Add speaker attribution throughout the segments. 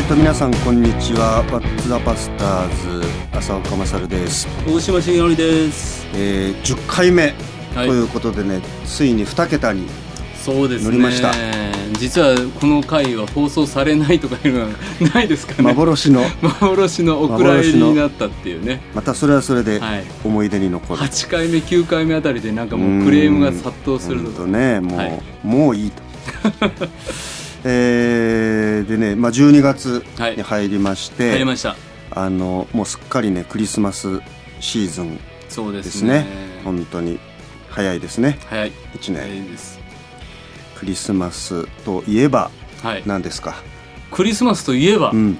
Speaker 1: っと皆さんこんにちは「ワッツ・ザ・パスターズ」浅岡勝です、
Speaker 2: 大島茂則です。
Speaker 1: えー、10回目と
Speaker 2: はい
Speaker 1: いうことでね、ついに2桁に
Speaker 2: そうですね。
Speaker 1: 乗りました
Speaker 2: 実はこの回は放送されないとかいうのは ないですかね。
Speaker 1: 幻 の
Speaker 2: 幻のお蔵入りになったっていうね。
Speaker 1: またそれはそれで
Speaker 2: はい。
Speaker 1: 思い出に残る、
Speaker 2: 8回目9回目あたりでなんかもうクレームが殺到する
Speaker 1: ほんと
Speaker 2: と
Speaker 1: ねもう、
Speaker 2: はい
Speaker 1: もういい とえー、でね、まあ、12月に入りまして、
Speaker 2: 入りました。
Speaker 1: あのもうすっかりねクリスマスシーズン
Speaker 2: そうで
Speaker 1: ですすね
Speaker 2: ね。
Speaker 1: 本当に早いですね
Speaker 2: 早い。
Speaker 1: 1年、
Speaker 2: 早いです。
Speaker 1: クリスマスといえば
Speaker 2: はい。
Speaker 1: 何ですか
Speaker 2: クリスマスといえば
Speaker 1: う、ん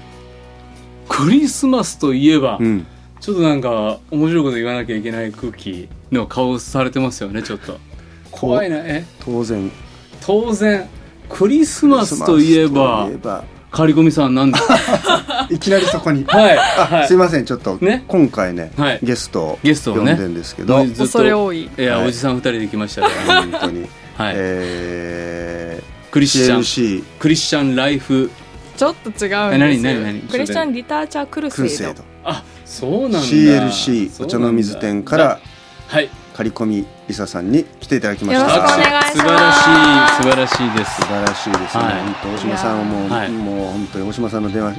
Speaker 2: クリスマスといえば
Speaker 1: う、ん
Speaker 2: ちょっとなんか面白いこと言わなきゃいけない空気の顔されてますよね、ちょっと。怖いな、え
Speaker 1: 当然
Speaker 2: 当然クリス
Speaker 1: ク
Speaker 2: マスといえば刈り込みさんなんです
Speaker 1: いきなりそこに
Speaker 2: はい、
Speaker 1: あ
Speaker 2: は
Speaker 1: すいませんちょっと
Speaker 2: ね
Speaker 1: 今回ね
Speaker 2: はい
Speaker 1: ゲストを
Speaker 2: ゲスト
Speaker 1: 呼
Speaker 2: を
Speaker 1: ん
Speaker 2: ね
Speaker 1: でんですけど
Speaker 2: ずっと
Speaker 3: 恐れ多い
Speaker 2: い、いや、
Speaker 1: はい
Speaker 2: おじさん二人で来ましたよ、
Speaker 1: 本当に
Speaker 2: はい
Speaker 1: え
Speaker 2: クリ
Speaker 1: ー
Speaker 2: スチャン
Speaker 1: CLC
Speaker 2: クリスチャンライフ
Speaker 3: ちょっと違うんですよ
Speaker 2: え何何何
Speaker 3: クリスチャン・リターチャー・クル
Speaker 1: クル
Speaker 3: セイ
Speaker 1: セ
Speaker 3: ド
Speaker 1: イド
Speaker 2: あそうなんだ
Speaker 1: CLC お茶の水店から
Speaker 2: はい
Speaker 1: 刈り込みリサさんに来ていただきまし
Speaker 3: よ
Speaker 1: た
Speaker 3: ろしくお願いします
Speaker 2: 素晴らしい素晴らしいです
Speaker 1: 素晴らしいですね、
Speaker 2: はい
Speaker 1: 本当大島さんはもう,、
Speaker 2: いやーはい
Speaker 1: もう本当に大島さんの電話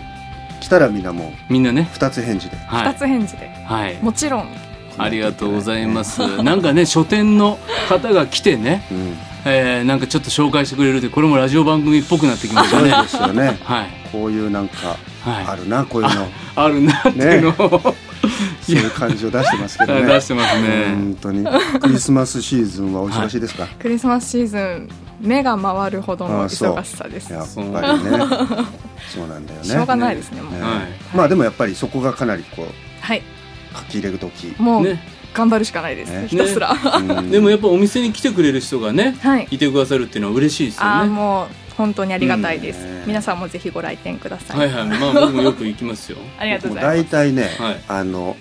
Speaker 1: 来たらみんなもう
Speaker 2: みんなね
Speaker 1: 二つ返事で
Speaker 2: は
Speaker 3: 二
Speaker 2: い、
Speaker 3: つ返事で
Speaker 2: はい、
Speaker 3: もちろん
Speaker 2: ありがとうございます、なんかね書店の方が来てね、
Speaker 1: うん
Speaker 2: えー、なんかちょっと紹介してくれるでこれもラジオ番組っぽくなってきまし
Speaker 1: そ
Speaker 2: た
Speaker 1: う
Speaker 2: ね
Speaker 1: ですよね
Speaker 2: はい
Speaker 1: こういうなんか
Speaker 2: はい
Speaker 1: あるなこういうの、
Speaker 2: あるなっていうのを、
Speaker 1: そういう感じを出してますけどね
Speaker 2: 出してますね。
Speaker 1: 本当にクリスマスシーズンはお忙しいですか、
Speaker 3: クリスマスシーズン目が回るほどの
Speaker 1: あそう
Speaker 3: 忙しさです
Speaker 1: やっ
Speaker 2: そう
Speaker 1: ぱりねそうなんだよね
Speaker 3: しょうがないですねもう
Speaker 1: ね
Speaker 2: は
Speaker 1: まあでもやっぱりそこがかなりこう
Speaker 3: はい
Speaker 1: 書き入れる 時、
Speaker 3: も
Speaker 2: いうね、
Speaker 3: 頑張るしかないです、
Speaker 1: ね
Speaker 3: ひたすら、
Speaker 1: うん
Speaker 2: でもやっぱお店に来てくれる人がね、
Speaker 3: はい
Speaker 2: いてくださるっていうのは嬉しいです
Speaker 3: あ
Speaker 2: よ
Speaker 3: あ
Speaker 2: ね。
Speaker 3: もう本当にありがたいです、
Speaker 1: うん
Speaker 3: 皆さんもぜひご来店ください、
Speaker 2: はいはい、まあ僕もよく行きますよ。
Speaker 3: ありがとう
Speaker 1: もう
Speaker 3: ござい
Speaker 1: 大
Speaker 3: ます
Speaker 1: 体ね、
Speaker 2: はい
Speaker 1: あの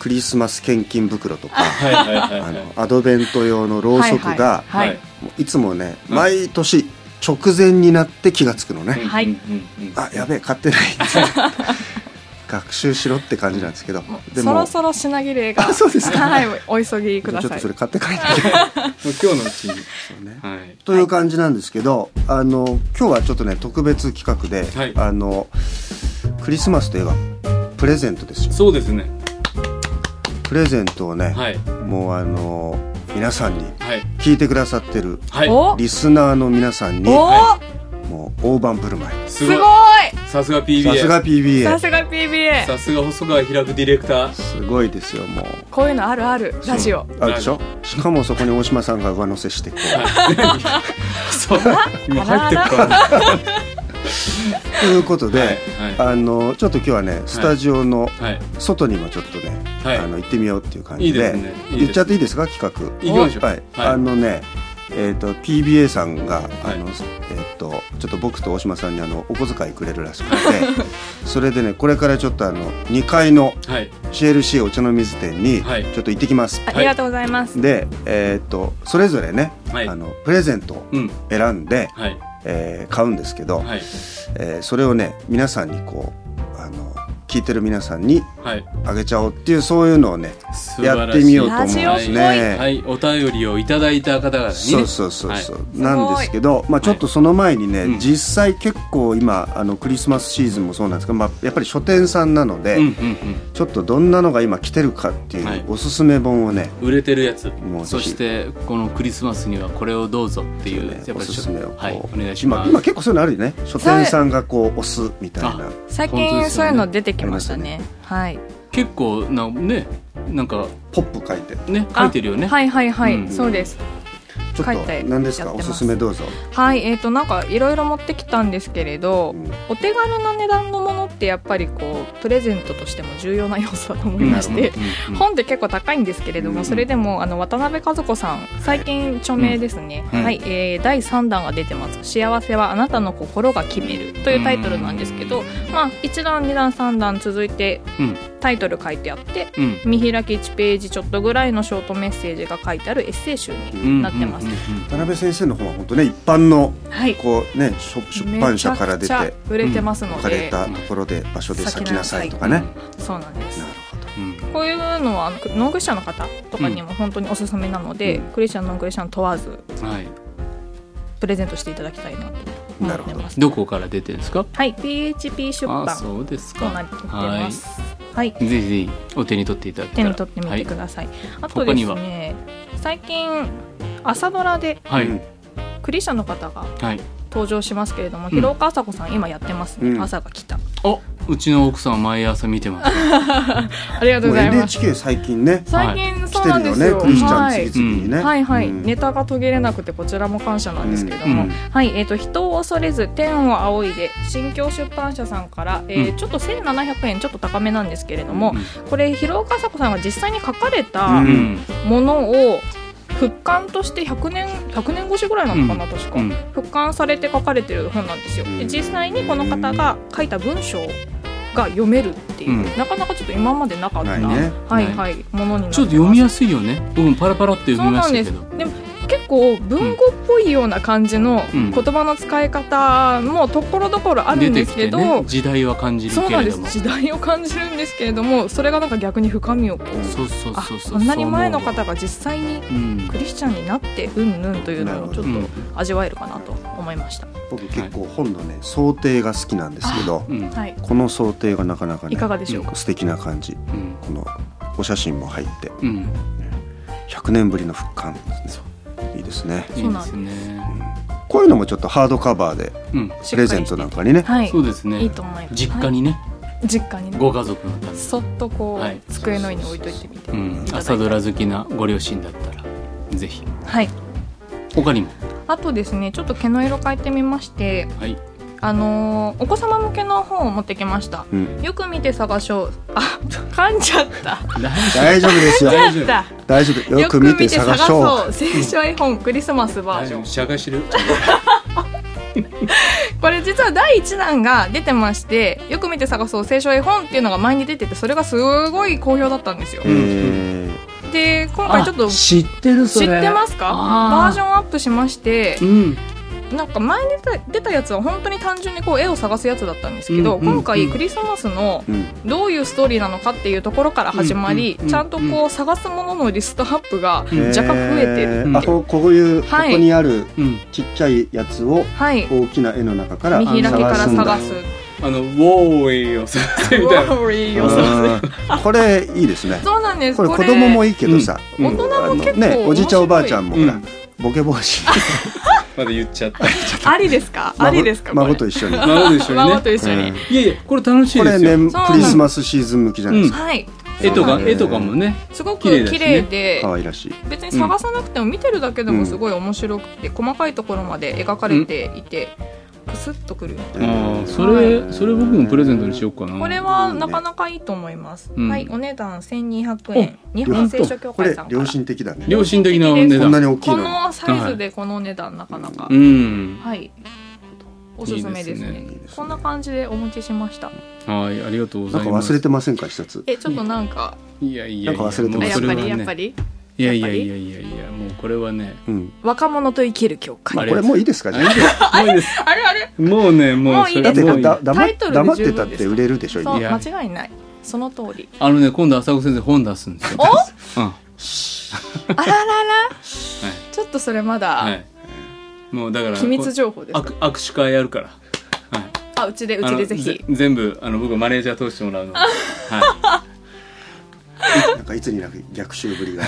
Speaker 1: クリスマス献金袋とか
Speaker 2: はいはいはいは
Speaker 1: あ
Speaker 2: い。
Speaker 1: のアドベント用のろうそくが、
Speaker 3: はい、
Speaker 2: はい
Speaker 1: もういつもね
Speaker 2: うん
Speaker 1: 毎年直前になって気がつくのね、
Speaker 3: はい
Speaker 2: うんうんうん
Speaker 1: あやべえ買ってない 学習しろって感じなんですけど
Speaker 3: もう
Speaker 1: で
Speaker 3: そろ
Speaker 1: も
Speaker 3: そろ品切れが
Speaker 1: あそうですか
Speaker 3: はいお急ぎくだ
Speaker 1: ちょっ
Speaker 3: さ
Speaker 1: と
Speaker 3: い
Speaker 1: それ買って帰ってきてそ
Speaker 2: もう今日のうちに。
Speaker 1: うね
Speaker 2: はい。
Speaker 1: という感じなんですけど、あの今日はちょっとね特別企画で、
Speaker 2: はい
Speaker 1: あのクリスマスといえばプレゼントですよ
Speaker 2: そうですね。
Speaker 1: プレゼントをね、
Speaker 2: はい
Speaker 1: もうあの皆さんに
Speaker 2: はい
Speaker 1: 聞いてくださってる
Speaker 2: はい。
Speaker 3: お
Speaker 1: リスナーの皆さんに
Speaker 3: おお、
Speaker 2: は
Speaker 1: もう大盤振る舞い
Speaker 2: す
Speaker 3: すごい
Speaker 2: さすが
Speaker 1: さす
Speaker 2: PBA。
Speaker 1: が PBA
Speaker 3: さすが PBA
Speaker 2: さすが細川開くディ レクター。
Speaker 1: すごいですよもう
Speaker 3: こういうのあるあるラジオ
Speaker 1: あるでしょしかもそこに大島さんが上乗せしてこう
Speaker 2: はい。そう。今入ってくから。
Speaker 1: ということで、
Speaker 2: はいはい
Speaker 1: あのちょっと今日はねスタジオの
Speaker 2: はい。
Speaker 1: 外にもちょっとね、
Speaker 2: はい
Speaker 1: あの行ってみようっていう感
Speaker 2: い
Speaker 1: じ
Speaker 2: いで
Speaker 1: です
Speaker 2: ね。いい
Speaker 1: 言っ
Speaker 2: で
Speaker 1: ちゃっ
Speaker 2: す。
Speaker 1: ていいですか企画
Speaker 2: 行きましょう
Speaker 1: はい、
Speaker 2: はい
Speaker 1: あのねえー、と PBA さんがあの、
Speaker 2: は
Speaker 1: えー、とちょっと僕と大島さんにあのお小遣いくれるらしく てそれでねこれからちょっとあの2階の
Speaker 2: はい。
Speaker 1: CLC お茶の水店にち
Speaker 2: はい
Speaker 1: ょっと行ってきます、
Speaker 3: ありがとうございます、
Speaker 1: で、えー、とそれぞれね、
Speaker 2: はい
Speaker 1: あのプレゼントを
Speaker 2: うん。
Speaker 1: 選んで、
Speaker 2: はい。
Speaker 1: えー買うんですけど、
Speaker 2: はい。
Speaker 1: えーそれをね皆さんにこうあの聞いてる皆さんに
Speaker 2: はい。
Speaker 1: あげちゃおうっていうそういうのをね
Speaker 2: 素晴
Speaker 1: や
Speaker 2: ら
Speaker 1: っ
Speaker 2: しい
Speaker 1: てみようと思うんです
Speaker 3: ラジ
Speaker 1: ね。
Speaker 2: はい、お便りをいただいた方々にね。
Speaker 1: そうそうそうそう、
Speaker 3: い
Speaker 1: なんですけど、まあ、ちょっとその前にね、
Speaker 2: はいうん
Speaker 1: 実際結構今あのクリスマスシーズンもそうなんですけど、まあ、やっぱり書店さんなので、
Speaker 2: うんうん
Speaker 1: ちょっとどんなのが今来てるかっていう、
Speaker 2: はい
Speaker 1: おすすめ本をね
Speaker 2: うん。売れてるやつ
Speaker 1: もう。ぜ
Speaker 2: そ
Speaker 1: ひ
Speaker 2: してこのクリスマスにはこれをどうぞっていう
Speaker 1: ね
Speaker 2: やっぱり
Speaker 1: おすすめをこう、
Speaker 2: はいお願いしま
Speaker 1: 今
Speaker 2: す。
Speaker 1: 今結構そういうのあるよね書店さんがこう押すみたいな
Speaker 2: あ
Speaker 3: 最
Speaker 2: 本当
Speaker 3: 近
Speaker 2: ですよ
Speaker 3: そう
Speaker 2: ね
Speaker 3: いうの出てきました
Speaker 1: あ
Speaker 3: ねはい
Speaker 2: 結構なねなんか
Speaker 1: ポップ書いて
Speaker 2: ね書いてるよね。
Speaker 3: あはいはいはい、
Speaker 2: うん
Speaker 3: そうです
Speaker 1: ちょっ
Speaker 3: 書いて
Speaker 1: と何です
Speaker 3: や
Speaker 1: か
Speaker 3: って
Speaker 1: お
Speaker 3: ま
Speaker 1: す
Speaker 3: す
Speaker 1: すめどうぞ、
Speaker 3: はいえー、となんかいろいろ持ってきたんですけれど、
Speaker 1: うん
Speaker 3: お手軽な値段のものってやっぱりこうプレゼントとしても重要な要素だと思いまして、
Speaker 2: うん
Speaker 3: 本って結構高いんですけれども、
Speaker 2: うん
Speaker 3: それでもあの渡辺和子さん最近著名ですね、
Speaker 2: うん
Speaker 3: はいえー第3弾が出てます「幸せはあなたの心が決める」というタイトルなんですけど、まあ、1弾2弾3弾続いて
Speaker 2: うん
Speaker 3: タイトル書いてあって
Speaker 2: うん
Speaker 3: 見開き1ページちょっとぐらいのショートメッセージが書いてあるエッセイ集になってます、ます。
Speaker 1: 田辺先生の本は本当ね一般の
Speaker 3: はい、
Speaker 1: こうねしょ出版社から出
Speaker 3: めちゃく
Speaker 1: て
Speaker 3: ちゃ売れてますの
Speaker 1: 置かれ
Speaker 3: で、
Speaker 1: たところで場所で咲
Speaker 3: 咲
Speaker 1: き
Speaker 3: き
Speaker 1: な
Speaker 3: な
Speaker 1: さ
Speaker 3: さ
Speaker 1: い
Speaker 3: い
Speaker 1: とかね。なる
Speaker 3: そうなんです。
Speaker 1: ほど。
Speaker 2: うん
Speaker 3: こういうのはあの農具者の方とかにも本当におすすめなので、
Speaker 2: うん
Speaker 3: クリスチャンノンクリスチャン問わず
Speaker 2: はい
Speaker 3: プレゼントしていただきたいなと思って
Speaker 1: なるほ
Speaker 3: ます。
Speaker 2: どこから出てるんですか
Speaker 3: はい、PHP 出版
Speaker 2: あそうです
Speaker 3: とな
Speaker 2: か
Speaker 3: ってます。はい、
Speaker 2: いぜひぜひお手に取っていただけた
Speaker 3: 手
Speaker 2: ら
Speaker 3: に取ってみてください。あと
Speaker 2: 他
Speaker 3: で
Speaker 2: に
Speaker 3: すね、最近朝ドラで
Speaker 2: はい、
Speaker 1: う
Speaker 2: は
Speaker 1: ん
Speaker 2: い
Speaker 3: クリスチャンの方が
Speaker 2: はい、
Speaker 3: 登場しますけれども、
Speaker 2: ん
Speaker 3: 広岡朝子さん今やってますね。
Speaker 1: うん
Speaker 3: 朝が来た。
Speaker 2: おうちの奥さん毎朝見てます
Speaker 3: ありがと
Speaker 1: もう
Speaker 3: うございます。
Speaker 1: NHK 最近ね
Speaker 3: 最近
Speaker 1: 来
Speaker 3: そう
Speaker 1: て
Speaker 3: なん
Speaker 1: る
Speaker 3: で
Speaker 1: よ
Speaker 3: す
Speaker 1: ね
Speaker 3: よ。
Speaker 1: クリスチャン
Speaker 3: はい
Speaker 1: 次々にね。
Speaker 3: はいはい、
Speaker 1: うん
Speaker 3: ネタが途切れなくてこちらも感謝なんですけれども、
Speaker 2: うん
Speaker 3: はいえー、と人を恐れず天を仰いで新京出版社さんから、えー
Speaker 2: うん
Speaker 3: ちょっと1700円ちょっと高めなんですけれども、
Speaker 2: う、
Speaker 3: これ広岡朝子さんが実際に書かれた
Speaker 1: うんん
Speaker 3: ものを復刊として100年 ,100 年越しぐらいなのかな、確か、
Speaker 2: うん
Speaker 3: 復刊されて書かれてる本なんですよ。
Speaker 1: う
Speaker 3: で
Speaker 1: ん
Speaker 3: 実際にこの方が書いた文章が読めるっていう、
Speaker 2: うん
Speaker 3: なかなかちょっと今までなかっ
Speaker 1: な
Speaker 3: た、
Speaker 1: いね
Speaker 3: はいはい、ものになってます
Speaker 2: ちょっと読みやすいよね僕もパラパラって読みましたけ
Speaker 3: そう
Speaker 2: ど
Speaker 3: なでも結構文語っぽいような感じの
Speaker 2: うん
Speaker 3: 言葉の使い方もところどころある
Speaker 2: 出
Speaker 3: ん
Speaker 2: て
Speaker 3: で
Speaker 2: き
Speaker 3: すけ
Speaker 2: て
Speaker 3: ど、
Speaker 2: ね時代は感じる
Speaker 3: そう
Speaker 2: け
Speaker 3: なん
Speaker 2: れ
Speaker 3: で
Speaker 2: ども
Speaker 3: す時代を感じるんですけれどもそれがなんか逆に深みをこう
Speaker 2: そうそう
Speaker 3: あ
Speaker 2: そうそう
Speaker 3: こんなに前の
Speaker 2: そう思
Speaker 3: 方が実際に
Speaker 2: ううん
Speaker 3: クリスチャンになってうんぬんというのをちょっと
Speaker 2: うん
Speaker 3: 味わえるかなと思いました、
Speaker 1: 僕結構本のね想定が好きなんですけど、
Speaker 2: うん
Speaker 3: はい、
Speaker 1: この想定がなかなかね
Speaker 3: いかがでしょうか、
Speaker 1: 素敵な感じ。
Speaker 2: うん
Speaker 1: このお写真も入って
Speaker 2: うん
Speaker 1: 100年ぶりの復刊ですね。いいですね。
Speaker 2: い
Speaker 3: そう
Speaker 2: い
Speaker 3: な
Speaker 2: で
Speaker 3: んです
Speaker 2: すね
Speaker 1: こういうのもちょっとハードカバーで
Speaker 2: うん
Speaker 1: プレゼントなんかにね。
Speaker 3: はい
Speaker 2: そうです
Speaker 3: いい
Speaker 2: ね
Speaker 3: と思います
Speaker 2: 実家にね
Speaker 3: はい実家にね
Speaker 2: ご家族のために
Speaker 3: そっとこう、
Speaker 2: はい
Speaker 3: 机の上に置いといてみて、
Speaker 2: うん
Speaker 3: いただい、て
Speaker 2: 朝ドラ好きなご両親だったらぜひ
Speaker 3: はい
Speaker 2: 他にも
Speaker 3: あとですねちょっと毛の色変えてみまして
Speaker 2: はい
Speaker 3: あのーお子様向けの本を持ってきました
Speaker 1: うん、
Speaker 3: よく見て探しょうあ噛んじゃった
Speaker 1: 大丈夫 ですよ。
Speaker 3: 噛んじゃっ
Speaker 1: 大丈夫。
Speaker 3: た
Speaker 1: よく見て探そう。
Speaker 3: う聖書絵本クリスマスバージョン
Speaker 2: 社会知る
Speaker 3: これ実は第1弾が出てましてよく見て探そう聖書絵本っていうのが前に出ててそれがすごい好評だったんですよ
Speaker 1: えー
Speaker 3: で今回ちょっと知
Speaker 2: 知ってるそれ
Speaker 3: ってますかバ
Speaker 2: あー
Speaker 3: ージョンアップしまして
Speaker 2: うん
Speaker 3: なんか前に出た出たやつは本当に単純にこう絵を探すやつだったんですけど、
Speaker 2: うんうんうん
Speaker 3: 今回クリスマスの
Speaker 1: うん、
Speaker 3: どういうストーリーなのかっていうところから始まり、
Speaker 2: うんうんうんうん
Speaker 3: ちゃんとこう探すもののリストアップが
Speaker 2: うん
Speaker 3: 若干増えてる、
Speaker 1: えーあこうこういう、
Speaker 3: はい
Speaker 1: ここにある
Speaker 2: うん
Speaker 1: ちっちゃいやつを
Speaker 3: はい
Speaker 1: 大きな絵の中から
Speaker 3: 見開きから
Speaker 1: 探すんだ
Speaker 3: 探す
Speaker 2: あのウォーイをさせ
Speaker 3: ウ
Speaker 2: み
Speaker 3: ォ
Speaker 2: たいな
Speaker 3: ーリーを探す
Speaker 1: うんこれいいですね。
Speaker 3: そうなんです
Speaker 1: これ子供もいいけどさ、
Speaker 2: うん
Speaker 1: うん
Speaker 3: 大人も結構
Speaker 1: あのね、おじいちゃんおばあちゃんもほら、
Speaker 2: うん
Speaker 1: ボケ防止
Speaker 2: まだ言っちゃ った
Speaker 3: ありですか ありですか
Speaker 1: 孫
Speaker 3: こ
Speaker 1: と一緒に。
Speaker 2: なるでし
Speaker 3: れ
Speaker 2: ょう
Speaker 3: 孫
Speaker 2: ね
Speaker 3: と一緒に、
Speaker 1: うん
Speaker 2: いやいやこれ楽しい
Speaker 1: これ
Speaker 2: です
Speaker 1: ね
Speaker 2: よ
Speaker 3: そうなの
Speaker 1: クリスマスシーズン向きじゃないですか、
Speaker 3: はい
Speaker 2: 絵と
Speaker 3: そうな
Speaker 2: か
Speaker 3: ん
Speaker 2: 絵
Speaker 3: です
Speaker 2: とかもね
Speaker 3: すごく
Speaker 2: 綺麗だしね
Speaker 3: 綺麗で
Speaker 1: 可愛らしい
Speaker 3: 別に探さなくても見てるだけでもすごい面白くて、細かいところまで描かれていて、クスッとくる
Speaker 2: あ
Speaker 1: うん
Speaker 2: ーそれそれ僕もプレゼントにしようかな
Speaker 3: これはなかなかいいと思います、
Speaker 2: うん
Speaker 3: はいお値段1200円日本聖書協
Speaker 1: こ
Speaker 3: 会
Speaker 1: れ
Speaker 3: さんから
Speaker 1: 良心的だね
Speaker 2: 良心的なお値
Speaker 1: こんな
Speaker 2: 段
Speaker 1: に大きい
Speaker 3: こ
Speaker 1: のに
Speaker 3: のサイズでこの値段なかなか、
Speaker 2: うん
Speaker 3: はいおすすめですね
Speaker 2: いい
Speaker 1: ですね
Speaker 3: こんな感じでお持ちしました
Speaker 2: はいありがとうご
Speaker 1: な
Speaker 2: ざ
Speaker 1: ん
Speaker 2: い
Speaker 1: か
Speaker 2: ます
Speaker 1: 忘れてませんか一冊
Speaker 3: えちょっとなんか、
Speaker 2: いやいやい
Speaker 1: な
Speaker 2: や
Speaker 1: んか忘れてま
Speaker 3: あ
Speaker 1: す
Speaker 3: やっぱり
Speaker 2: も
Speaker 3: や
Speaker 2: う
Speaker 3: っ
Speaker 2: それは
Speaker 3: ぱ
Speaker 2: ね
Speaker 3: り
Speaker 2: いやいやいやいやいやもうこれはね
Speaker 1: うん
Speaker 3: 若者と生きる教会
Speaker 1: ま
Speaker 2: ま
Speaker 1: あ
Speaker 2: あ
Speaker 1: これもういいですかじゃ
Speaker 2: あいいですもういいです
Speaker 3: あれあれ
Speaker 2: もうねもうそれ
Speaker 1: あだって
Speaker 2: もういい
Speaker 1: だだ黙
Speaker 3: タ
Speaker 1: っ
Speaker 3: イトル
Speaker 1: 黙っ
Speaker 3: で
Speaker 1: て
Speaker 3: 十分です
Speaker 1: たって売れるでしょ
Speaker 3: そう
Speaker 1: 今
Speaker 2: いや
Speaker 3: 間違いないその通 り
Speaker 2: あのね今度浅子先生本出すんですよおうん
Speaker 3: あらららちょっとそれま
Speaker 2: は
Speaker 3: だ
Speaker 2: いもうだから
Speaker 3: 機密情報で
Speaker 2: こ
Speaker 3: す
Speaker 2: う握握手会やるからはい
Speaker 3: あうちでう
Speaker 2: あ
Speaker 3: ち
Speaker 2: の
Speaker 3: でぜひ
Speaker 2: 全部あの僕マネージャー通してもらうので は
Speaker 1: なんかいつになく逆襲ぶりが
Speaker 2: い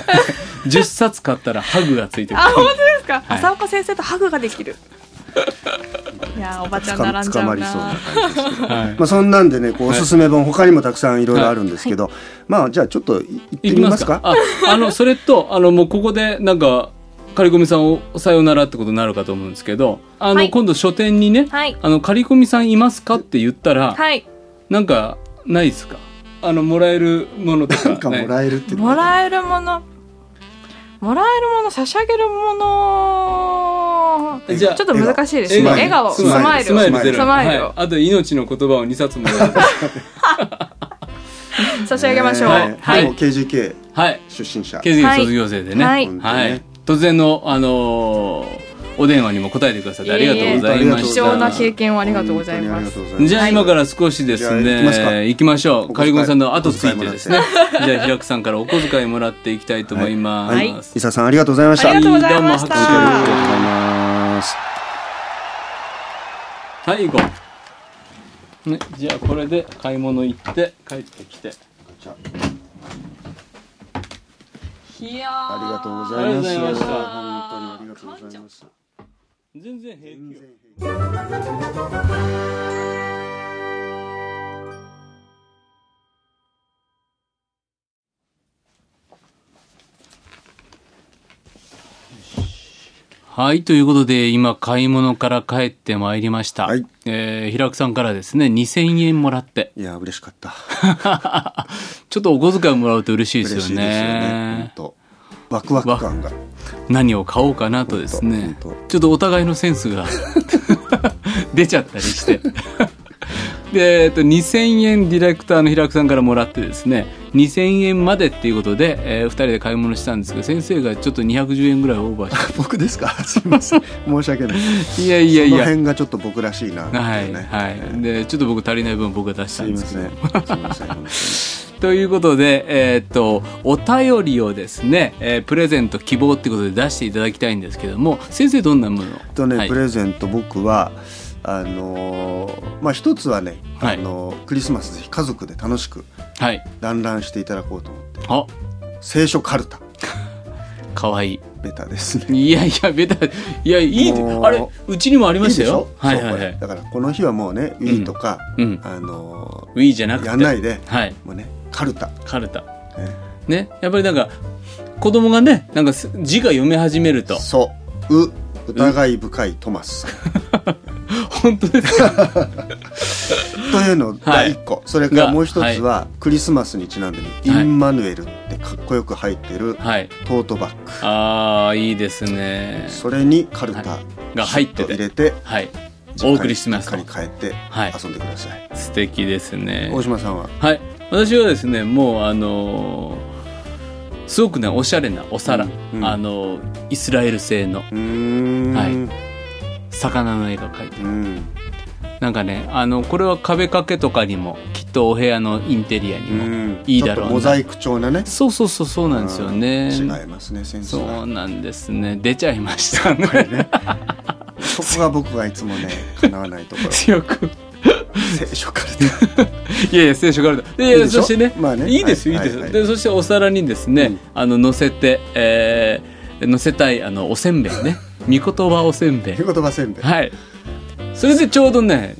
Speaker 2: 10冊買ったらハグがついてくる
Speaker 3: あ本当ですか、
Speaker 2: い
Speaker 3: 浅岡先生とハグができるいやーおばちゃん並んじゃ
Speaker 1: 捕ま
Speaker 3: う
Speaker 1: りそうな
Speaker 3: な
Speaker 1: 感じですけど
Speaker 2: はい
Speaker 1: まあそんなんでねこうおすすめ本他にもたくさんいろいろあるんですけどまあじゃあちょっとい行って
Speaker 2: い
Speaker 1: み
Speaker 2: きま
Speaker 1: ますす
Speaker 2: か
Speaker 1: か
Speaker 2: ああのそれとあのもうここでなんか刈込さんをさよならってことになるかと思うんですけどあの、
Speaker 3: はい
Speaker 2: 今度書店にね
Speaker 3: はい
Speaker 2: あの刈込さんいますかって言ったら、
Speaker 3: はい
Speaker 2: なんかないですかあのもらえるものとか
Speaker 1: なんかも
Speaker 2: ね
Speaker 1: らえるっていうの
Speaker 3: も
Speaker 1: が
Speaker 3: らえるものもらえるもの差し上げるもの
Speaker 1: え
Speaker 2: じゃあ
Speaker 3: ちょっと難しいです
Speaker 1: え
Speaker 3: ね
Speaker 1: 笑顔
Speaker 3: 笑顔
Speaker 1: ス
Speaker 3: ス
Speaker 1: マ
Speaker 3: マ
Speaker 1: イ
Speaker 3: イ
Speaker 1: ル
Speaker 2: ス
Speaker 3: ル
Speaker 2: マイルゼロ
Speaker 3: スマイル
Speaker 2: はい、あと命の言葉を2冊もらえる
Speaker 3: 差し上げましょう、
Speaker 1: ね
Speaker 3: は
Speaker 1: は
Speaker 3: い、
Speaker 1: いもう KGK
Speaker 2: はい
Speaker 1: 出身者
Speaker 2: 経済卒業生でね
Speaker 3: はい
Speaker 1: 本当にね
Speaker 2: はい突然の、あのーお電話にも答えてくださってありがとうございまし
Speaker 3: 貴重な
Speaker 2: た。
Speaker 3: 経験をありがとうござい
Speaker 1: 本当にあ
Speaker 3: ま
Speaker 1: りが
Speaker 3: す
Speaker 1: とうございます
Speaker 2: じゃあ今から少しです
Speaker 1: じゃあ行きますか
Speaker 2: ね、行きましょ
Speaker 1: お小遣
Speaker 2: う。
Speaker 1: い
Speaker 2: カリゴンさんの後ついてですね。 じゃあ平くさんからお小遣いもらっていきたいと思いま
Speaker 1: はい
Speaker 3: は
Speaker 2: す。
Speaker 1: 伊沢さんありがとうございました
Speaker 3: ありがとうございました
Speaker 2: どうも拍手をいただいて
Speaker 1: ありがとうございます
Speaker 2: 最後。ね、じゃあこれで買い物行って帰ってきて。
Speaker 3: いや
Speaker 1: あり
Speaker 3: あ
Speaker 1: がとうございます
Speaker 2: ありがとうございました
Speaker 1: 本当にありがとうございます
Speaker 2: 全然平気よ。はい、ということで、今、買い物から帰ってまいりました。
Speaker 1: はい
Speaker 2: えー、平くさんからですね、2000円もらって。
Speaker 1: いや嬉しかった
Speaker 2: ちょっとお小遣いもらうと嬉しいで
Speaker 1: 嬉
Speaker 2: す
Speaker 1: しい
Speaker 2: よ
Speaker 1: ですよね
Speaker 2: ね。
Speaker 1: 本当ワクワク感が
Speaker 2: 何を買おうかなとです
Speaker 1: 本
Speaker 2: ね
Speaker 1: 当本、
Speaker 2: ちょっとお互いのセンスが 出ちゃったりして。 で、えっと、2000円ディレクターの平久さんからもらってですね、2000円までっていうことで、え2人で買い物したんですけど、先生がちょっと210円ぐらいオーバーし
Speaker 1: 僕ですかすみません申し訳ない
Speaker 2: て。いやいやい
Speaker 1: この
Speaker 2: や。
Speaker 1: 辺がちょっと僕らしいなみ
Speaker 2: は
Speaker 1: た
Speaker 2: い、
Speaker 1: なね
Speaker 2: はい。で、ちょっと僕足りない分僕が出し
Speaker 1: す
Speaker 2: た
Speaker 1: い
Speaker 2: んで
Speaker 1: ます
Speaker 2: け
Speaker 1: せ
Speaker 2: ど
Speaker 1: ん。すいません本当に
Speaker 2: ということで、えーっとお便りをですね、えープレゼント希望ってことで出していただきたいんですけども先生どんなもの
Speaker 1: えっとね、
Speaker 2: はい
Speaker 1: プレゼント僕はあのーまあ一つはね、
Speaker 2: はい
Speaker 1: あのークリスマスぜひ家族で楽しく
Speaker 2: はい
Speaker 1: 団らんしていただこうと思って
Speaker 2: あ
Speaker 1: 聖書カルタ
Speaker 2: かわい
Speaker 1: ベタですね
Speaker 2: いいやいやベタいやいい
Speaker 1: もう
Speaker 2: あれうちにもありま
Speaker 1: い
Speaker 2: した
Speaker 1: いでし
Speaker 2: よ
Speaker 1: ょ
Speaker 2: はいはい
Speaker 1: そうこ
Speaker 2: は
Speaker 1: れ
Speaker 2: い
Speaker 1: だからこの日はもうねウィーとか、
Speaker 2: うん
Speaker 1: あの
Speaker 2: Wii じゃな
Speaker 1: ー
Speaker 2: くて
Speaker 1: やんないで
Speaker 2: はい
Speaker 1: もうねカルタ、
Speaker 2: カルタ
Speaker 1: ね
Speaker 2: ねやっぱりなんか子供がねなんかす字が読め始めると
Speaker 1: そうう疑い深いトマスさん
Speaker 2: 本当です か
Speaker 1: というの第1個、それからもう一つは、
Speaker 2: が
Speaker 1: クリスマスにちなんでね、
Speaker 2: はい
Speaker 1: インマヌエルってかっこよく入ってる
Speaker 2: はい
Speaker 1: トートバッグ
Speaker 2: ああいいですね
Speaker 1: それにカルタ
Speaker 2: が入って
Speaker 1: 入
Speaker 2: て
Speaker 1: れて
Speaker 2: はい
Speaker 1: 実家に
Speaker 2: お送りしてますと
Speaker 1: 実家に帰って
Speaker 2: はい
Speaker 1: 遊んでください、
Speaker 2: 素敵ですね
Speaker 1: 大島さんは
Speaker 2: はい、私はですねもうあのーすごくねおしゃれなお皿、
Speaker 1: うんうん
Speaker 2: あのーイスラエル製の
Speaker 1: うーん、
Speaker 2: はいう魚の絵が描いて
Speaker 1: ん、
Speaker 2: なんかねあのこれは壁掛けとかにもきっとお部屋のインテリアにも、
Speaker 1: うん
Speaker 2: いいだ
Speaker 1: ちょっ
Speaker 2: ろうな
Speaker 1: とモザイク調なね
Speaker 2: そうそうそうそうなんですよね、
Speaker 1: 違いますねセンス
Speaker 2: そう
Speaker 1: が
Speaker 2: なんですね出ちゃいましたね
Speaker 1: そこが僕がいつもね叶わないところ
Speaker 2: 強く
Speaker 1: 聖書から
Speaker 2: いやいや聖書からだいやい
Speaker 1: いい
Speaker 2: や
Speaker 1: でしょ
Speaker 2: そしてね,、
Speaker 1: まあね
Speaker 2: いいですよいい
Speaker 1: はい
Speaker 2: ですよ、
Speaker 1: はい
Speaker 2: でそしてお皿にですね、
Speaker 1: うん
Speaker 2: あの乗せて、えー、乗せたいあのおせんべい ね御言葉おせんべい
Speaker 1: という言葉せんべい
Speaker 2: はい。それでちょうどね、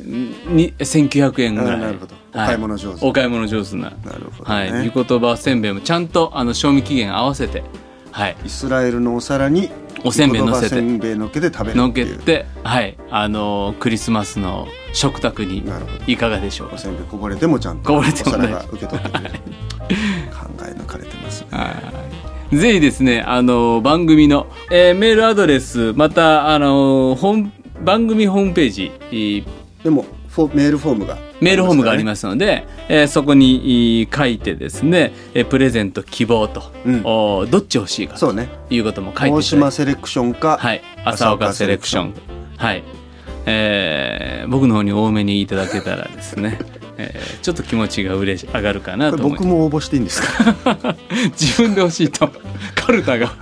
Speaker 2: に1900円ぐらい。
Speaker 1: あなるほどお
Speaker 2: はい
Speaker 1: 買い物上手
Speaker 2: お買い物上手な。
Speaker 1: なるほど、
Speaker 2: はい。
Speaker 1: ね
Speaker 2: いう言葉せんべいもちゃんとあの賞味期限合わせて、はい。
Speaker 1: イスラエルのお皿に
Speaker 2: おせんべい乗せ
Speaker 1: 御
Speaker 2: て
Speaker 1: 言葉せんべいのっけて食べる
Speaker 2: のっ
Speaker 1: って
Speaker 2: け
Speaker 1: いう
Speaker 2: て、はい。あのークリスマスの食卓に
Speaker 1: なるほど
Speaker 2: いかがでしょう
Speaker 1: お
Speaker 2: か。
Speaker 1: せんべいこぼれてもちゃんと
Speaker 2: こぼ
Speaker 1: お
Speaker 2: れても
Speaker 1: 皿
Speaker 2: 大丈夫
Speaker 1: が受け取ってくれる考え抜かれてますね
Speaker 2: はいぜひですね、あのー番組の、えーメールアドレス、また、あのー本番組ホームページ、えー
Speaker 1: でもフォメールフォームが
Speaker 2: メールフォームがあり
Speaker 1: す
Speaker 2: ますので、えーそこにいー書いてですね、えープレゼント希望と、
Speaker 1: うん
Speaker 2: おーどっち欲しいか
Speaker 1: そう
Speaker 2: と
Speaker 1: ね
Speaker 2: いうことも書いていただいて
Speaker 1: 大島セレクションか、
Speaker 2: はい、朝岡セレクションはい、えー僕の方に多めにいただけたらですね、えーちょっと気持ちが嬉し上がるかな
Speaker 1: ことれ
Speaker 2: 思い
Speaker 1: 僕
Speaker 2: ます
Speaker 1: も応募していいんです か
Speaker 2: 自分で欲しいとカルタが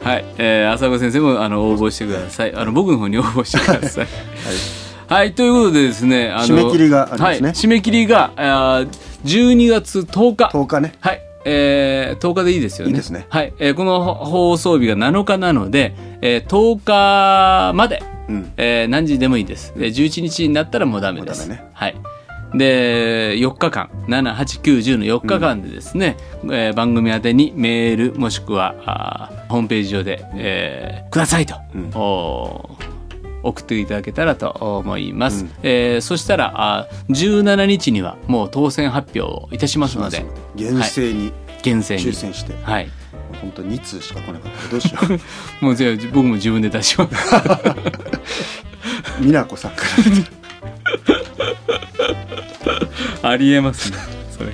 Speaker 2: はい、えー、浅岡先生もあの応募してくださいあの僕の方に応募してくださいはい、ということでですねあ
Speaker 1: 締
Speaker 2: の
Speaker 1: め切りがありますね
Speaker 2: はい、締め切りがあー12月10日
Speaker 1: 10日ね
Speaker 2: はい、えー、10日でいいですよね
Speaker 1: いいですね
Speaker 2: はい、えーこの放送日が7日なので、えー、10日まで
Speaker 1: うん
Speaker 2: えー何時でもいいです。で、11日になったらもうダメです。
Speaker 1: もうダメね
Speaker 2: はい。で、4日間、7、8、9、10の4日間でですね、えー番組宛てにメールもしくは、あーホームページ上で、えーくださいと、
Speaker 1: うん
Speaker 2: おー送っていただけたらと思います。
Speaker 1: うん
Speaker 2: えーそしたらあー、17日にはもう当選発表をいたしますので、
Speaker 1: 厳正に
Speaker 2: 厳正に
Speaker 1: 抽。選して、
Speaker 2: はい。
Speaker 1: 本当に2通しか来なかったどうしよう
Speaker 2: もうじゃあ僕も自分で出します。
Speaker 1: 美奈子さんから
Speaker 2: ありえますねそれ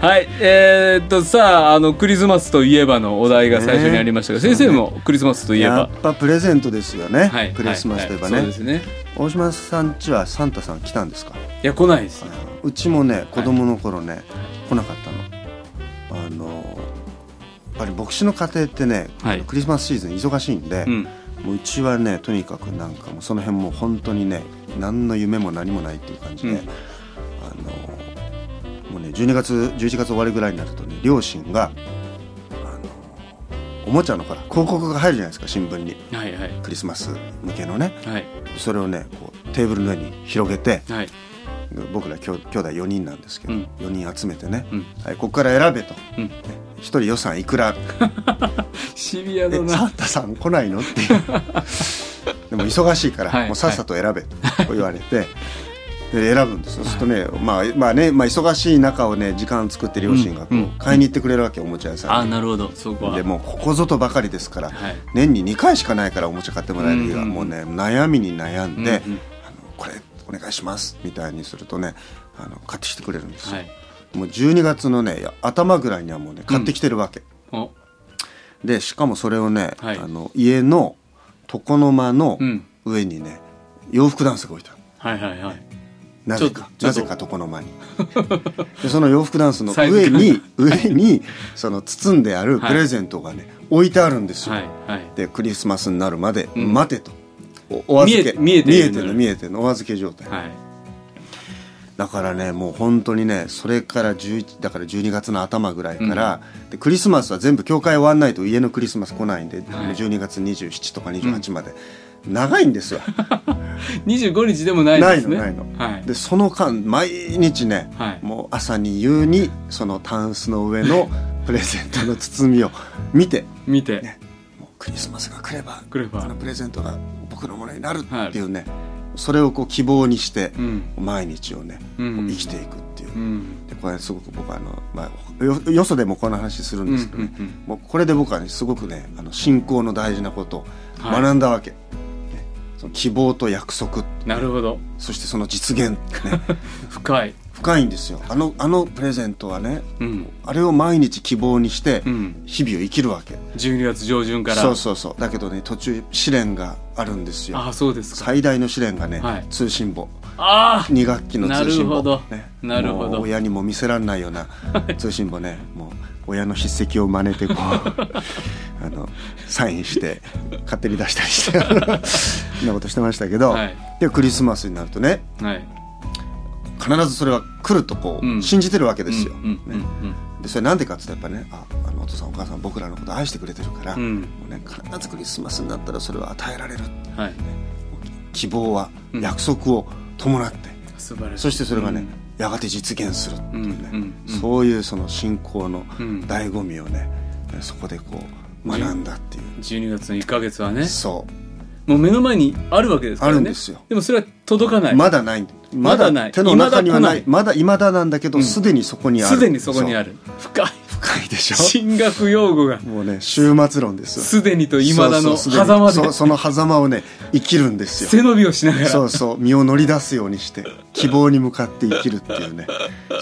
Speaker 2: はい、えー、っとさああのクリスマスといえばのお題が最初にありましたが、
Speaker 1: そうね
Speaker 2: 先生もクリスマスといえ
Speaker 1: や
Speaker 2: ば、
Speaker 1: っぱプレゼントですよね、
Speaker 2: はい、
Speaker 1: クリスマスといえば
Speaker 2: は
Speaker 1: ね、
Speaker 2: いはいそうですね
Speaker 1: 大島さんちはサンタさん来たんですか
Speaker 2: いや来ないですね
Speaker 1: うちもね子供の頃ね、来なかったのあのやっぱり牧師の家庭ってね、
Speaker 2: はい
Speaker 1: クリスマスシーズン忙しいんで、
Speaker 2: うん
Speaker 1: もううちはねとにかくなんかもうその辺もう本当にね何の夢も何もないっていう感じで、
Speaker 2: うん
Speaker 1: あのもうね12月11月終わりぐらいになるとね両親があのおもちゃのほら広告が入るじゃないですか新聞に
Speaker 2: はいはい
Speaker 1: クリスマス向けのね
Speaker 2: はい
Speaker 1: それをねこうテーブルの上に広げて
Speaker 2: はい
Speaker 1: 僕ら兄兄弟4人なんですけど、
Speaker 2: うん
Speaker 1: 4人集めてね、
Speaker 2: うん
Speaker 1: はい、ここから選べと
Speaker 2: うん
Speaker 1: 1人予算いく ら
Speaker 2: シビアだ
Speaker 1: えサ
Speaker 2: な
Speaker 1: ンタさん来ないのっていう でも忙しいから、
Speaker 2: はい
Speaker 1: もうさっさと選べと言われて、で選ぶんですよそうするとね、まあまあね、まあ、忙しい中をね時間作って両親がこう
Speaker 2: うんうん
Speaker 1: 買いに行ってくれるわけおもちゃ屋さ
Speaker 2: あ
Speaker 1: んに
Speaker 2: なるほどそこは
Speaker 1: でもうここぞとばかりですから、
Speaker 2: はい
Speaker 1: 年に2回しかないからおもちゃ買ってもらえる日が、
Speaker 2: うんうん
Speaker 1: もうね悩みに悩んで、
Speaker 2: うんうん
Speaker 1: あのこれお願いしますみたいにするとねあの買ってきてくれるんですよ、
Speaker 2: はい
Speaker 1: もう12月のねいや頭ぐらいにはもうね買ってきてるわけ、
Speaker 2: お
Speaker 1: でしかもそれをね、
Speaker 2: はい
Speaker 1: あの家の床の間の
Speaker 2: うん
Speaker 1: 上にね、洋服ダンスが置いたの
Speaker 2: はいはいはい
Speaker 1: なぜか
Speaker 2: ちょ
Speaker 1: な
Speaker 2: っと
Speaker 1: ぜか床の間にでその洋服ダンスの
Speaker 2: サイズ
Speaker 1: 上
Speaker 2: 感が
Speaker 1: に上にその包んであるプレゼントがね、置いてあるんですよ、
Speaker 2: はいはい
Speaker 1: でクリスマスになるまで
Speaker 2: うん
Speaker 1: 待てと、おお預け
Speaker 2: 見え見
Speaker 1: 見
Speaker 2: え
Speaker 1: え
Speaker 2: て
Speaker 1: て
Speaker 2: るの
Speaker 1: る
Speaker 2: よ
Speaker 1: の見えてるのお預け状態、
Speaker 2: はい
Speaker 1: だからねもう本当にねそれから11だから12月の頭ぐらいから、でクリスマスは全部教会終わんないと家のクリスマス来ないんで、
Speaker 2: はい
Speaker 1: もう12月27とか28まで、長いんですよ
Speaker 2: 25日でもないですね
Speaker 1: ないのない
Speaker 2: はい
Speaker 1: でその間毎日ね、
Speaker 2: はい
Speaker 1: もう朝に夕にそのタンスの上のプレゼントの包みを見て
Speaker 2: 見て、
Speaker 1: ねもうクリスマスが来れば
Speaker 2: 来れば
Speaker 1: あのプレゼントが僕のものになるっていうね、それをこう希望にして
Speaker 2: うん
Speaker 1: 毎日をね、
Speaker 2: うん
Speaker 1: 生きていくっていう
Speaker 2: うん
Speaker 1: でこれすごく僕はあの、まあ、よよそでもこの話するんですけどね、
Speaker 2: うんうんうん
Speaker 1: もうこれで僕はねすごくねあの信仰の大事なことを
Speaker 2: はい
Speaker 1: 学んだわけ、ねその希望と約束
Speaker 2: なるほど
Speaker 1: そしてその実現、ね、
Speaker 2: 深い
Speaker 1: 深いんですよあのあのプレゼントはね
Speaker 2: うん
Speaker 1: あれを毎日希望にして
Speaker 2: うん
Speaker 1: 日々を生きるわけ、
Speaker 2: 12月上旬から
Speaker 1: そうそうそうだけどね途中試練があるんですよ
Speaker 2: あそうですか
Speaker 1: 最大の試練がね、
Speaker 2: はい
Speaker 1: 通信簿
Speaker 2: あ
Speaker 1: 2学期の通信簿
Speaker 2: なるほど
Speaker 1: ね
Speaker 2: なるほど
Speaker 1: もう親にも見せられないような通信簿ねもう親の筆跡を真似て こうあのサインして勝手に出したりして そんなことしてましたけど、
Speaker 2: はい
Speaker 1: でクリスマスになるとね
Speaker 2: あはい
Speaker 1: 必ずそれは来るとこ
Speaker 2: うん
Speaker 1: う信じてるわけですよ。
Speaker 2: うんうん
Speaker 1: ねでそれなんでかって言ったらやっぱねああのお父さんお母さん僕らのこと愛してくれてるから、
Speaker 2: うんうん
Speaker 1: もうね、必ずクリスマスになったらそれは与えられる
Speaker 2: うんはい
Speaker 1: 希望は
Speaker 2: うん
Speaker 1: 約束を伴って、
Speaker 2: 素晴らしい
Speaker 1: そしてそれがね、やがて実現するっていうね、
Speaker 2: うんうんうん
Speaker 1: そういうその信仰の
Speaker 2: うん
Speaker 1: 醍醐味をね、そこでこう学んだっていう、
Speaker 2: 12月の1か月はね
Speaker 1: そう
Speaker 2: もう目の前にあるわけですからね
Speaker 1: あるんですよ
Speaker 2: でもそれは届かない
Speaker 1: まだない
Speaker 2: まだない
Speaker 1: 手の中にはないま
Speaker 2: 未だ来
Speaker 1: だいまだなんだけど
Speaker 2: うん
Speaker 1: すで、にそこにある
Speaker 2: すでにそこにあ
Speaker 1: る
Speaker 2: る深い
Speaker 1: 深いでしょ
Speaker 2: 進学用語が
Speaker 1: もうね終末論ですよ
Speaker 2: すでにと今
Speaker 1: そ
Speaker 2: だの
Speaker 1: うそうすでに
Speaker 2: 狭間で
Speaker 1: そうその狭間をね生きるんですよ
Speaker 2: 背伸びをしながら
Speaker 1: そうそう身を乗り出すようにして希望に向かって生きるっていうね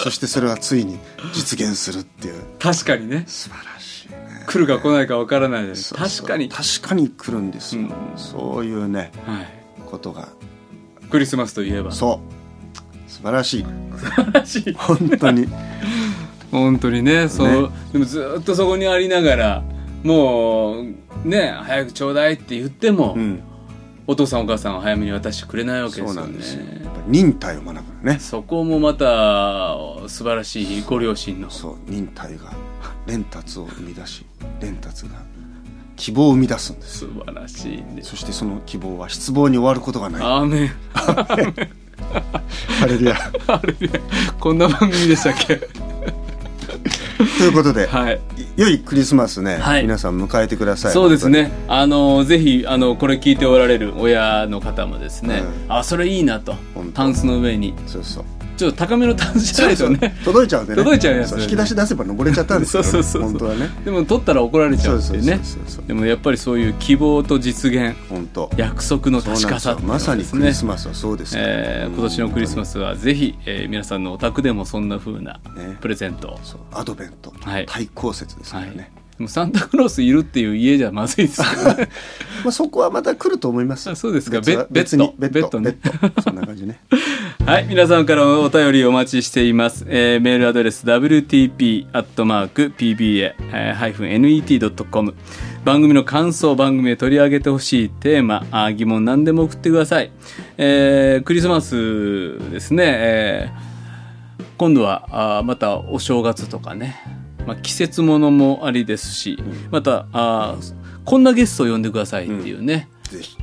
Speaker 1: そしてそれはついに実現するっていう
Speaker 2: 確かにね
Speaker 1: 素晴らしいね
Speaker 2: 来るか来ないかわからないで
Speaker 1: そ
Speaker 2: す
Speaker 1: うそう
Speaker 2: 確かに、
Speaker 1: 確かに来るんですよ、
Speaker 2: うん
Speaker 1: そういうね
Speaker 2: はい、
Speaker 1: ことが
Speaker 2: クリスマスといえば素
Speaker 1: そう素晴らしい
Speaker 2: 晴らしい
Speaker 1: 本当 に
Speaker 2: 本当にねそのでもずっとそこにありながらもうね早くちょうだいって言っても、
Speaker 1: うん
Speaker 2: お父さんお母さんは早めに渡してくれないわけで
Speaker 1: そう
Speaker 2: す
Speaker 1: な
Speaker 2: よ
Speaker 1: んですよや
Speaker 2: ね
Speaker 1: っぱり忍耐を学ぶのね
Speaker 2: そこもまた素晴らしいご両親の
Speaker 1: そう忍耐が連達を生み出し連達が希望を生み出すんです
Speaker 2: 素晴らしいんです
Speaker 1: そしてその希望は失望に終わることがない
Speaker 2: アーメン
Speaker 1: ハレ ルヤ
Speaker 2: あれねこんな番組でしたっ け
Speaker 1: ということで、
Speaker 2: はい
Speaker 1: 良いクリスマスね、
Speaker 2: はい
Speaker 1: 皆さん迎えてください
Speaker 2: そうですね。あのぜひあのこれ聞いておられる親の方もですね、
Speaker 1: う
Speaker 2: あそれいいなと
Speaker 1: 本当
Speaker 2: タンスの上に
Speaker 1: 本当にそうそう
Speaker 2: ちょっと高めの単車じゃないとね
Speaker 1: 届いちゃうんでね
Speaker 2: 届いちゃうやつ
Speaker 1: そ引き出し出せば登れちゃったんですよ、ね、
Speaker 2: そうそうそう
Speaker 1: 本当はね
Speaker 2: でも取ったら怒られちゃ
Speaker 1: そうう
Speaker 2: って
Speaker 1: そ
Speaker 2: いうう
Speaker 1: そ
Speaker 2: ね
Speaker 1: うそうそう
Speaker 2: でもやっぱりそういう希望と実現
Speaker 1: 本当
Speaker 2: 約束の
Speaker 1: そうなん
Speaker 2: 確か
Speaker 1: です
Speaker 2: さっ
Speaker 1: よ
Speaker 2: ていう
Speaker 1: ま
Speaker 2: のは
Speaker 1: さに
Speaker 2: です
Speaker 1: ク
Speaker 2: ね
Speaker 1: リスマスはそうですよ
Speaker 2: えー今年のクリスマ
Speaker 1: ス
Speaker 2: スはぜひ、えー皆さんのお宅でもそんな風な
Speaker 1: ね
Speaker 2: プレゼントを、
Speaker 1: そうアドベント、
Speaker 2: はい
Speaker 1: 対抗節ですか
Speaker 2: は
Speaker 1: ら
Speaker 2: い
Speaker 1: ね、
Speaker 2: でもサンタクロースいるっていう家じゃまずいですよね
Speaker 1: まあ、そこはまた来ると思います
Speaker 2: あそうですか
Speaker 1: 別は
Speaker 2: ベ
Speaker 1: 別に
Speaker 2: ベッド
Speaker 1: ベッドベ
Speaker 2: ベッド
Speaker 1: ッドそんな感じ ね
Speaker 2: はい皆さんからのお便りお待ちしています、えーメールアドレス wtp.pba-net.com 番組の感想番組で取り上げてほしいテーマあー疑問何でも送ってください、えークリスマスですね、えー今度はあーまたお正月とかね、まあ、季節ものもありですし、またあーこんなゲストを呼んでくださいっていうね、
Speaker 1: ぜひ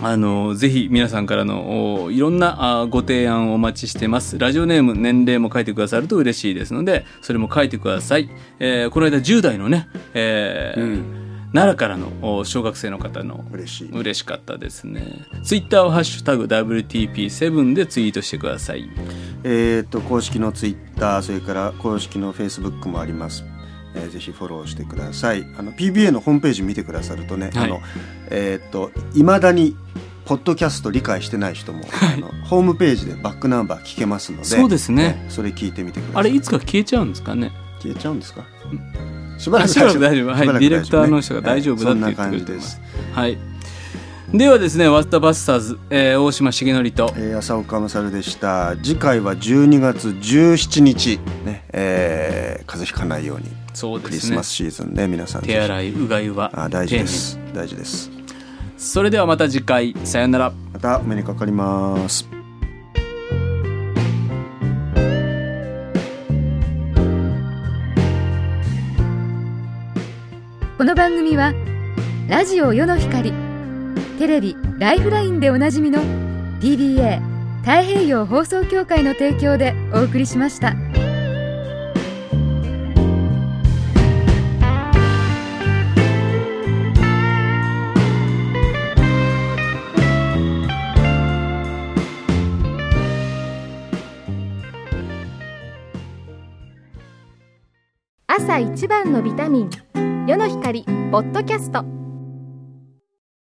Speaker 2: あのぜひ皆さんからのおいろんなあご提案をお待ちしてますラジオネーム年齢も書いてくださると嬉しいですのでそれも書いてください、えーこの間10代のね、えー奈良からのお小学生の方の
Speaker 1: 嬉しい
Speaker 2: 嬉しかったですねツイッターをハッシュタグ WTP7 でツイートしてください
Speaker 1: えー、と公式のツイッターそれから公式のフェイスブックもあります、えーぜひフォローしてくださいあの PBA のホームページ見てくださるとね、
Speaker 2: はい
Speaker 1: あのえっ、といまだにポッドキャスト理解してない人も、あのホームページでバックナンバー聞けますので
Speaker 2: そうですね
Speaker 1: それ聞いてみてください
Speaker 2: あれいつか消えちゃうんですかね
Speaker 1: 消えちゃうんですかしばらく
Speaker 2: あしばらく大丈夫はい
Speaker 1: しばらく
Speaker 2: ディレクターの人が大丈夫だって
Speaker 1: はい
Speaker 2: 言
Speaker 1: そんな感じ
Speaker 2: ってくれて
Speaker 1: で
Speaker 2: ます
Speaker 1: す、
Speaker 2: はいではですね「ワッタバスターズ」えー大島重則と
Speaker 1: えー、浅岡勝でした次回は12月17日ね、えー、風邪ひかないように
Speaker 2: そう
Speaker 1: ク
Speaker 2: で
Speaker 1: リ
Speaker 2: す
Speaker 1: ス
Speaker 2: ね
Speaker 1: マスシーズンね皆さんぜひ
Speaker 2: 手洗いうがいは
Speaker 1: あ大事です大事です
Speaker 2: 丁寧それではまた次回さよなら
Speaker 1: またお目にかかります
Speaker 4: この番組はラジオ世の光テレビ「ライフライン」でおなじみの PBA 太平洋放送協会の提供でお送りしました。
Speaker 5: 朝一番のビタミン世の光ポッドキャスト